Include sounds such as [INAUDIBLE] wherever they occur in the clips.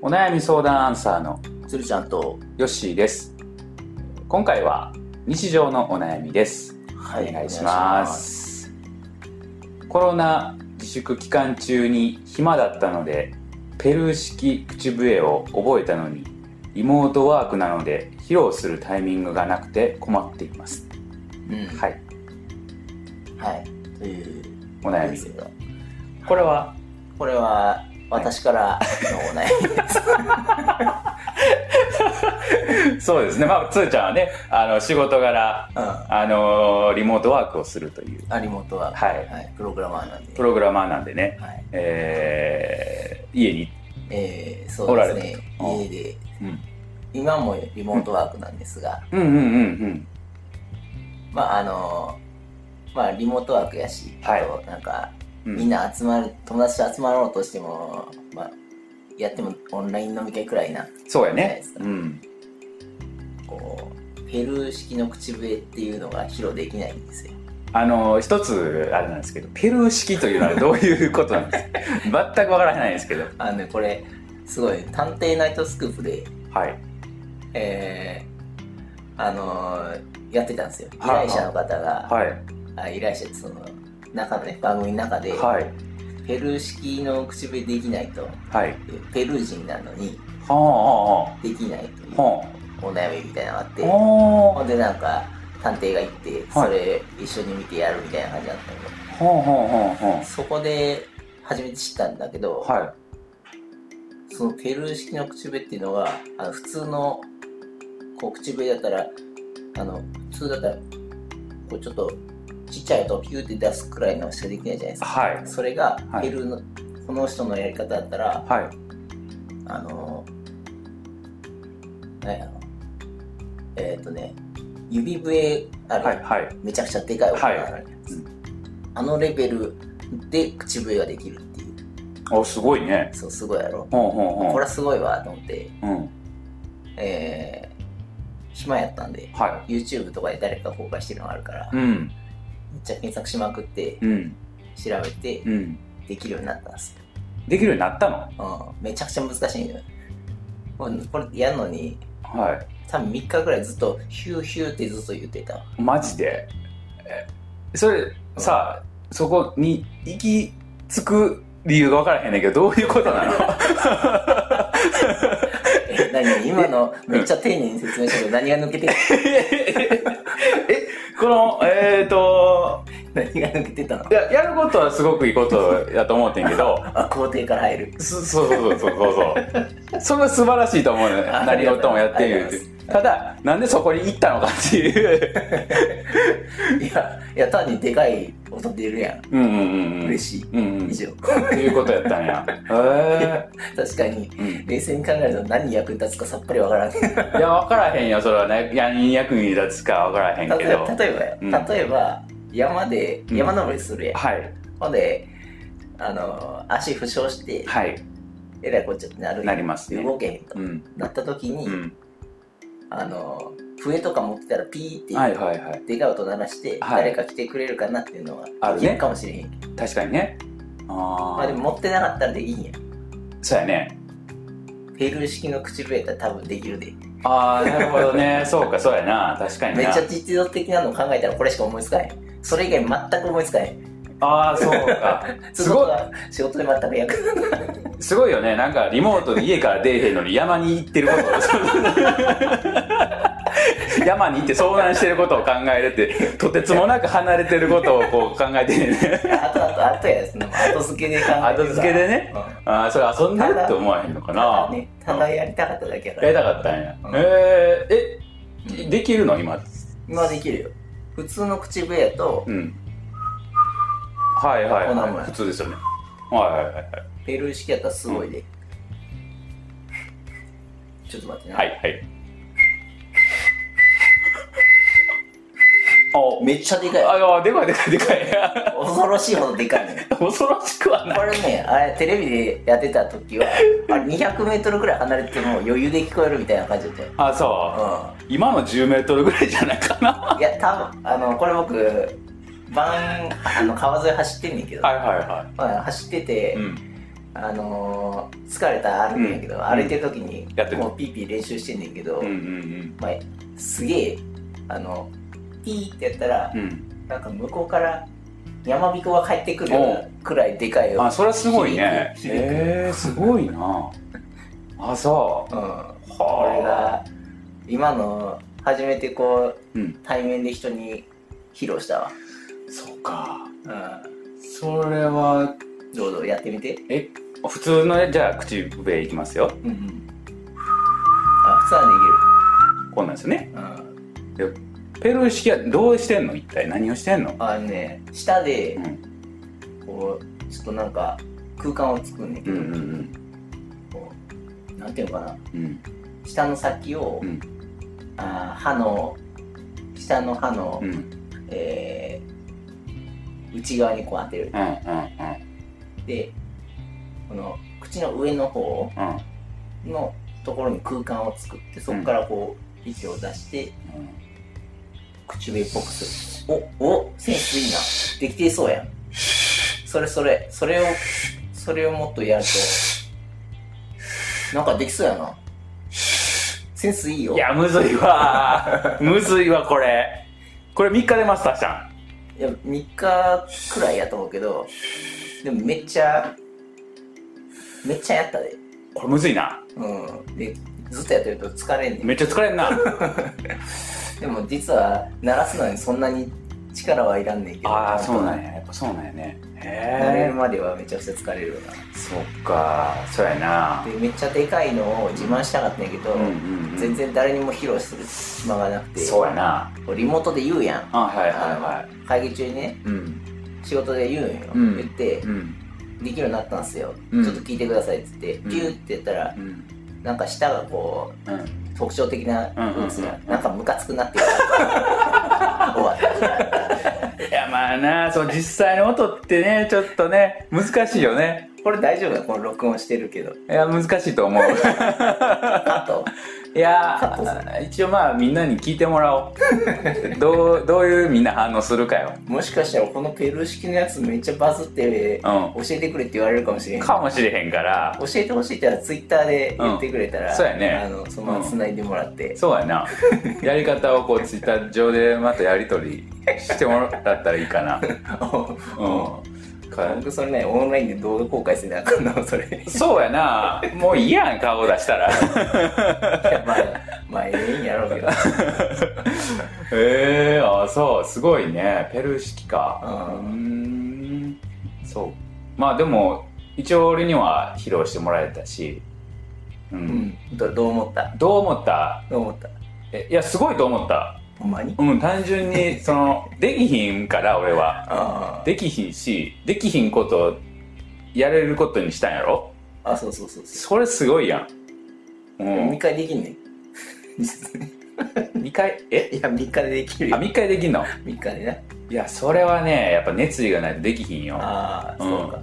お悩み相談アンサーの鶴ちゃんとヨッシーです今回は日常のお悩みですお願いしますコロナ自粛期間中に暇だったのでペルー式口笛を覚えたのにリモートワークなので披露するタイミングがなくて困っていますお願いしますはいうんはいというおお悩みこれはこれは私からのお [LAUGHS] 悩みです、そうですねまあつーちゃんはねあの仕事柄あのーリモートワークをするといううんあリモートは、はいプログラマーなんでプログラマーなんでね、はいえー家に、えー、そうですねおられたと家でうん、今もリモートワークなんですが、うんうんうんまああのまあリモートワークやし、はいあとなんかうんみんな集まる友達と集まろうとしても、まあ、やってもオンライン飲み会くらいなそうやじゃないねですかうんこうペルー式の口笛っていうのが披露できないんですよあのー一つあれなんですけどペルー式というのはどういうことなんですか全くわからないですけどあのねこれすごい「探偵ナイトスクープで」はいえーあのーやってたんですよ依はあ頼者の方が、はいあ依頼者ってその中のね番組の中で、はいペルー式の口笛できないとはいでペルー人なのにはあはできないというあはお悩みみたいなのがあってあはほんでなんか探偵が行ってはいそれ一緒に見てやるみたいな感じだったんで、あはあはあはそこで初めて知ったんだけど、あはいそのペルー式の口笛っていうのがあの普通のこう口笛だったらあの普通だったらこうちょっとちっちゃい音をピューって出すくらいのしかできないじゃないですかはいそれがはいペルーの、この人のやり方だったらはいあの何やろえっ、とね指笛ある、はいはいめちゃくちゃでかい音がある、あのレベルで口笛ができるっていうおすごいねそうすごいやろ、ほうほうこほれはすごいわと思ってううんえー、暇やったんで、は YouTube とかで誰か公開してるのがあるから、いめっうんちゃ検索しまくって、うん調べて、うんできるようになったんですできるようになったのよ。うん。めちゃくちゃ難しいのよ。もうこれやるのに、はい多分3日ぐらいずっと、ヒューヒューってずっと言って [LAUGHS] た。マジでえそれさあそこに行き着く理由が分からへんねんけどどういうことなの [LAUGHS] え、何今の、めっちゃ丁寧に説明したけど、何が抜 [LAUGHS] けてたえこのえっ、と何が抜けてたのややることはすごくいいことだと思ってんけどあ、工程から入る。そそうそうそうそうそうそれは素晴らしいと思うねあ何事もやってありがるとうございただなんでそこに行ったのかっていういや、いや、単にでかい音出るやん。うんうんうんうん嬉しい。うん [LAUGHS] うん以っ上。ていうことやったんやへ確かに、えうん冷静に考えると何に役に立つかさっぱりわからん。いや、分からへんよ、それはね。何に役に立つか分からへん例けど。え例えば、うん例えば山でうん山登りするやん、はい、ほんであの足負傷してはい、えらいこっちゃってなるやんなりますね。動けへんと、うん、なった時に、うん。あの笛とか持ってたらピーって、はいはいはい。でかい音鳴らして、はい誰か来てくれるかなっていうのあはるでねきるかもしれへんけど、確かにね。あまあ、あで、も持ってなかったらでいいんやそうやね。ペルー式の口笛やったら多分できるでああ、なるほど [LAUGHS] ね。そうか、そうやな。確かにめっなちゃ。実用的なの考えたらこれしか思いつかへんそれ以外全く思いつかへんああ、そう [LAUGHS] か。すごい、い仕事で全く役に立たないすごいよね。なんか、リモートで家から出えへんのに山に行ってること。 [LAUGHS] 山に行って遭難してることを考えるって、とてつもなく離れてることをこう考えてんねんね。あとあとあとやその後付けで考えてるから後付けでねうんああ、それ遊んでるって思わへんのかたなだ。ねただやりたかっただけやかやらりたかったんや。うんえー、うえ、んできるの今。今できるよ普通の口笛やとうん。はいはい、こんなもんはやい。普通ですよね。はいはいはいはい。ペルー式やったらすごいで、ちょっと待ってな、はいはい。お、めっちゃでか [LAUGHS] いあ、いやでかいでかいでかい。 [LAUGHS] 恐ろしいほどでかいね恐ろしくはない。これねあれテレビでやってた時はあれ 200m ぐらい離れても余裕で聞こえるみたいな感じだったよあ、そう。う今の10メートルぐらいじゃないかな。んいや多分あのこれ僕晩あの川沿い走ってんねんけど、 [LAUGHS] はいはいはまあ、走ってて、い。うん。あのー疲れたらあるんやけど、歩いてる時にやってるもうピーピー練習してんねんけど、うんうんまあ、すげえあのピーってやったらうんうんなんか向こうから山彦が帰ってくるようなおくらいでかいよあ、それはすごいね響く響くえー、すごいなあそううん、は俺が今の初めてこう、うん対面で人に披露したわ、そうかうん、それはどうぞやってみて、え普通のねじゃあ口笛いきますようんうん、あ普通はこんなんですよねできる、うん、ペルー式はどうしてんの一体何をしてんのあのね下でうんこうちょっとなんか空間を作るんだけうど、んうんこうなんていうのかなうん舌の先を、うんあー歯の下の歯の、うんうんうんえー内側にこう当てるうんでこの口の上の方うんうんのところに空間を作ってそこからこう息を出して口笛っぽくするおおセンスいいなできてそうやんそれそれそれをそれをもっとやるとなんかできそうやなセンスいいよいやむずい [LAUGHS] わむずいわこれこれ3日でマスターしたいや3日くらいやと思うけどでもめっちゃめっちゃやったでんこれむずいなうんでずっとやってると疲れんねんめっちゃ疲れん [LAUGHS] なでも実は鳴らすのにそんなに力はいらんねんけどああそうなんややっぱそうなんやね慣れへるまではめちゃくちゃ疲れるよえそっかそうやななでめっちゃでかいのを自慢したかったんやけど、うんうんうん全然誰にも披露する暇がなくてそうやなこうリモートで言うやんあはいはいは会議中にねいうん仕事で言うんよ、うん言ってうんできるようになったんすよ、うんちょっと聞いてくださいっつって、うんピューってやったらうんなんか舌がこううん特徴的なルーツうんがうんうんなんかムカつくなってき [LAUGHS] た終わったいやまあなその実際の音ってねちょっとね難しいよねこれ大丈夫だこの録音してるけどいや難しいと思うあといや一応まあみんなに聞いてもらおうどうどういうみんな反応するかよもしかしたらこのペルー式のやつめっちゃバズって教うえてくれって言われるかもしれんないかもしれへんから教えてほしいって言ったらツイッターで言ってくれたら、うんそうやねあのそのまま繋いでもらって、そうやなやり方をこうツイッター上でまたやり取りしてもらったらいいかなうんか僕それねオンラインで動画公開せなあかんのそれ [LAUGHS] いそうやなもういいやん顔出したらやまあまあええんやろうけ [LAUGHS] どへえー、あそうすごいねペルー式かううーんそうまあでも一応俺には披露してもらえたしうん、うんどどう思ったどう思ったどう思ったえいやすごいと思ったほんまにうん単純にそのできひんから俺はあできひんしできひんことやれることにしたんやろああそうそうそうそそれすごいやん、ううん3、回できんねん2回えいや3日でできるあよ3回できんの3日でねいやそれはねやっぱ熱意がないとできひんよああうんそうか、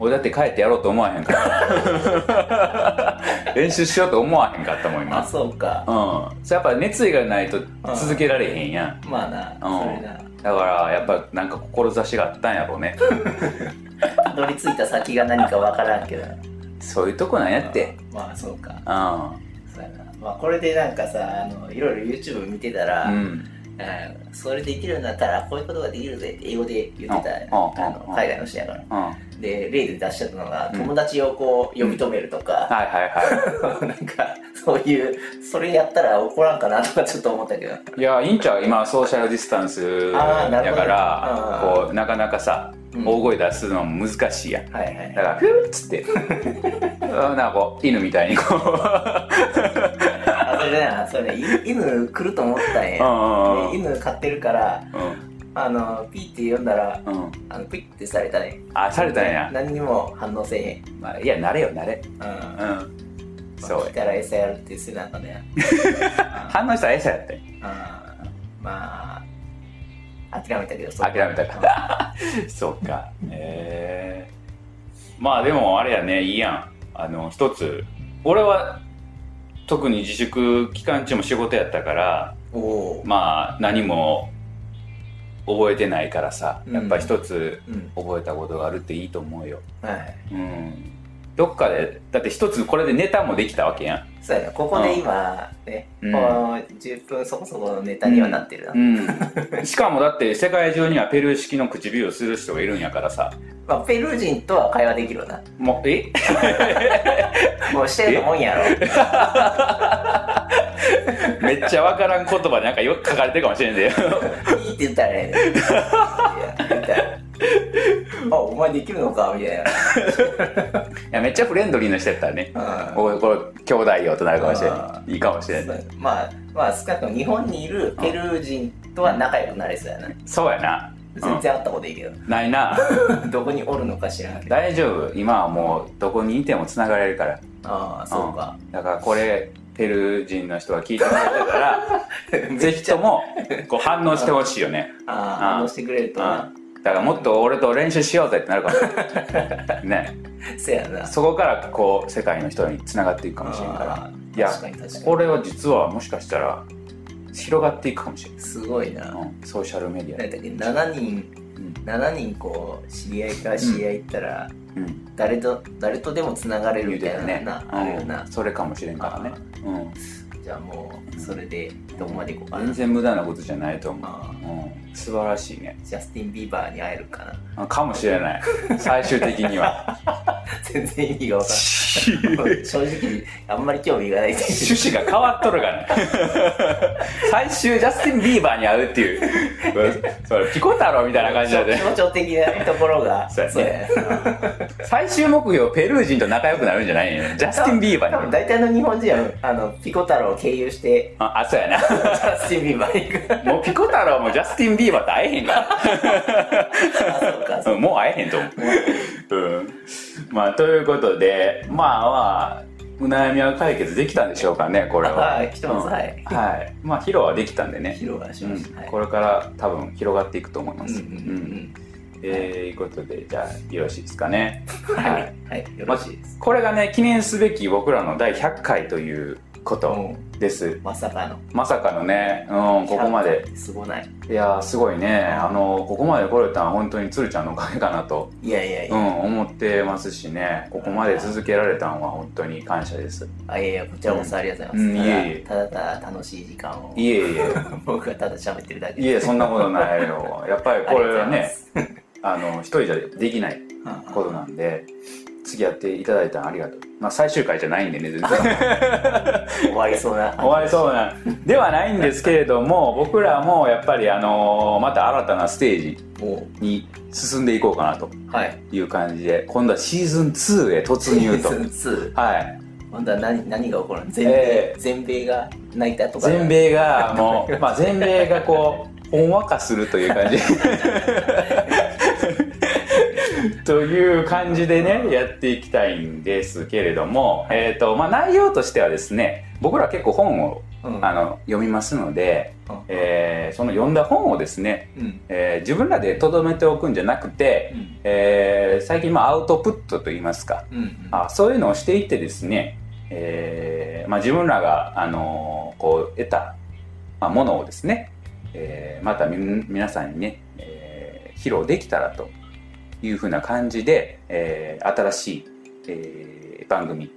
俺だって帰ってやろうと思わへんから [LAUGHS] 練習しようと思わへんかったもんあ今そうかうんそうやっぱ熱意がないと続けられへんやんまあなそれなだからやっぱなんか志があったんやろうねたどり着いた先が何かわからんけどなそういうとこなんやってまあそうかうそうやなまあこれでなんかさあのいろいろ YouTube 見てたら、んうんあのそれできるようになったらこういうことができるぜって英語で言ってたあうんうんの海外の人やからうんはいで例で出しちゃったのがうん友達をこう呼び止めるとか、はいは [LAUGHS] なんかそういうそれやったら怒らんかなとかちょっと思ったけど [LAUGHS] いいやいいんちゃう今ソーシャルディスタンスあーなるやほどからうんこうなかなかさうん大声出すのも難しいやんはいはいだからフーッつってう [LAUGHS] んなんかこう犬みたいにこうあそれなそれねい犬来ると思ったんうや、んうんで犬飼ってるからうんあのピーって呼んだらうんうんあのピッてされたねあされたんや何にも反応せえへんまあ、いや、慣れよ、慣れ。うんうん。そそうう来。たら餌やるって背中 [LAUGHS] ね反応したら餌やって。うんまあ諦めたけどそう諦めたから。そうか。ええまあ、でも、あれやね、いいやん。あの、一つ、俺は、特に自粛期間中も仕事やったから、うんおおまあ、何も覚えてないからさ、やっぱ一つうん覚えたことがあるっていいと思うよ。はいうん。どっかでだって一つこれでネタもできたわけやんそうやなここうんで今ね、うんこう10分そこそこのネタにはなってるな、うん、しかもだって世界中にはペルー式の唇をする人がいるんやからさまあ、ペルー人とは会話できるよなもうえ [LAUGHS] もうしてると思うんやろめっちゃわからん言葉でなんかよく書かれてるかもしれんでいいって言ったらねいや言ったらあお前できるのかみたいいやめっちゃフレンドリーな人やったらねな、うんおいこれ兄弟よとなるかもしれあないいいかもしれないまあまあ少なくとも日本にいるペルー人とは仲良くなれそうやなそうやな全然会ったこといいけど、ないな [LAUGHS] どこにおるのか知らんけど大丈夫今はもうどこにいてもつながれるからああそうか、んだからこれペルー人の人が聞いてくれてた [LAUGHS] らぜひともこう反応してほしいよねああ反応してくれるとなだからもっと俺と練習しようぜってなるかもしれ [LAUGHS] ないねせやなそこからこう世界の人につながっていくかもしれんからあーいや確かに確かにこれは実はもしかしたら広がっていくかもしれすごいなない、うんソーシャルメディア何で、だっけ7人うん7人こう知り合いから知り合い行ったら、うん、誰と誰とでもつながれる言うてみたいたなねな、あるよなうん、それかもしれんからね、う、じゃあもうそれでどこまで行こうんか全な然無駄なことじゃないと思あう、うん、素晴らしいねージャスティン・ビーバーに会えるかな [LAUGHS] あかもしれない最終的には全然意味がわか趣らん正直あんまり興味がないです旨が変わっとるが [LAUGHS] ね最終ジャスティン・ビーバーに会うって [LAUGHS] いううんそれピコ太郎みたいな感じだね気持ち的なところが [LAUGHS] そうやねね最終目標ペルー人と仲良くなるんじゃないのよジャスティン・ビーバ多ー分になる大体の日本人はあのピコ太郎を経由してああそうやなジャスティン・ビーバーに行くもうピコ太郎もジャスティン・ビーバーと会えへんかあそうからうんもう会えへんと思う、うん、まあということでまあまあお悩みは解決できたんでしょうかねこれははいひとまずうんはいはいまあ披露はできたんでね広がしうまんした、はいこれから多分広がっていくと思います。ううんんうんうんえーいうことでじゃあよろしいですかね。はい、はい、よろしいです、これがね記念すべき僕らの第100回ということもですう。まさかのまさかのね、うん、ここまで。すごないいやーすごいね、あのここまで来れたのは本当に鶴ちゃんのおかげかなと、いやいやいうん、や、思ってますしね、ここまで続けられたのは本当に感謝です。あいやいやこちらこそありがとうございます、うんいえいえただただただ楽しい時間をいえい僕がただ喋ってるだけえ、いえ、そんなことないよ。やっぱりこれはね、あの一人じゃできないことなんで、次やっていただいたらありがとう。まあ最終回じゃないんでね、 [LAUGHS] 全然。終わりそうな終わりそうな、ではないんですけれども、僕らもやっぱりあのまた新たなステージもに進んでいこうかなとうはいいう感じで、今度はシーズン2へ突入と [LAUGHS] シ。ーズンはい、 2今度は何何が起こるの全米、え全米が泣いたとか全米がもう、まあ、全米がこうほんわかするという感じ [LAUGHS] という感じでねやっていきたいんですけれども、えーとまあ、内容としてはですね僕ら結構本をうんあの読みますので、うんえーその読んだ本をですね、うんえー自分らでとどめておくんじゃなくて、うんえー最近まあアウトプットといいますか、うんうんあそういうのをしていってですね、えーまあ、自分らが、あのーこう得た、まあ、ものをですね、えーまたみ皆さんにね、えー披露できたらというふうな感じで、えー新しい、えー番組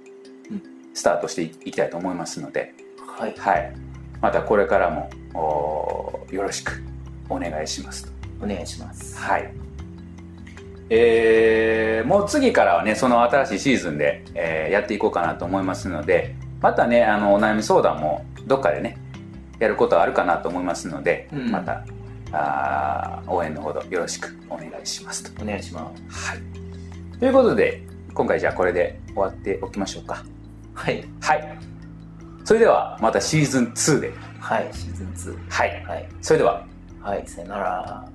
うんスタートしていきたいと思いますので、はいはい、またこれからもおーよろしくお願いしますと。お願いしますはい。えーもう次からはね、その新しいシーズンで、えーやっていこうかなと思いますので、またね、あの、お悩み相談もどっかでね、やることはあるかなと思いますので、うんまた、あー応援のほどよろしくお願いしますと。お願いしますはい。ということで、今回じゃあこれで終わっておきましょうか。はいはい。それでは、またシーズン2で。はいシーズンはい2。はいそれでは、はいさよなら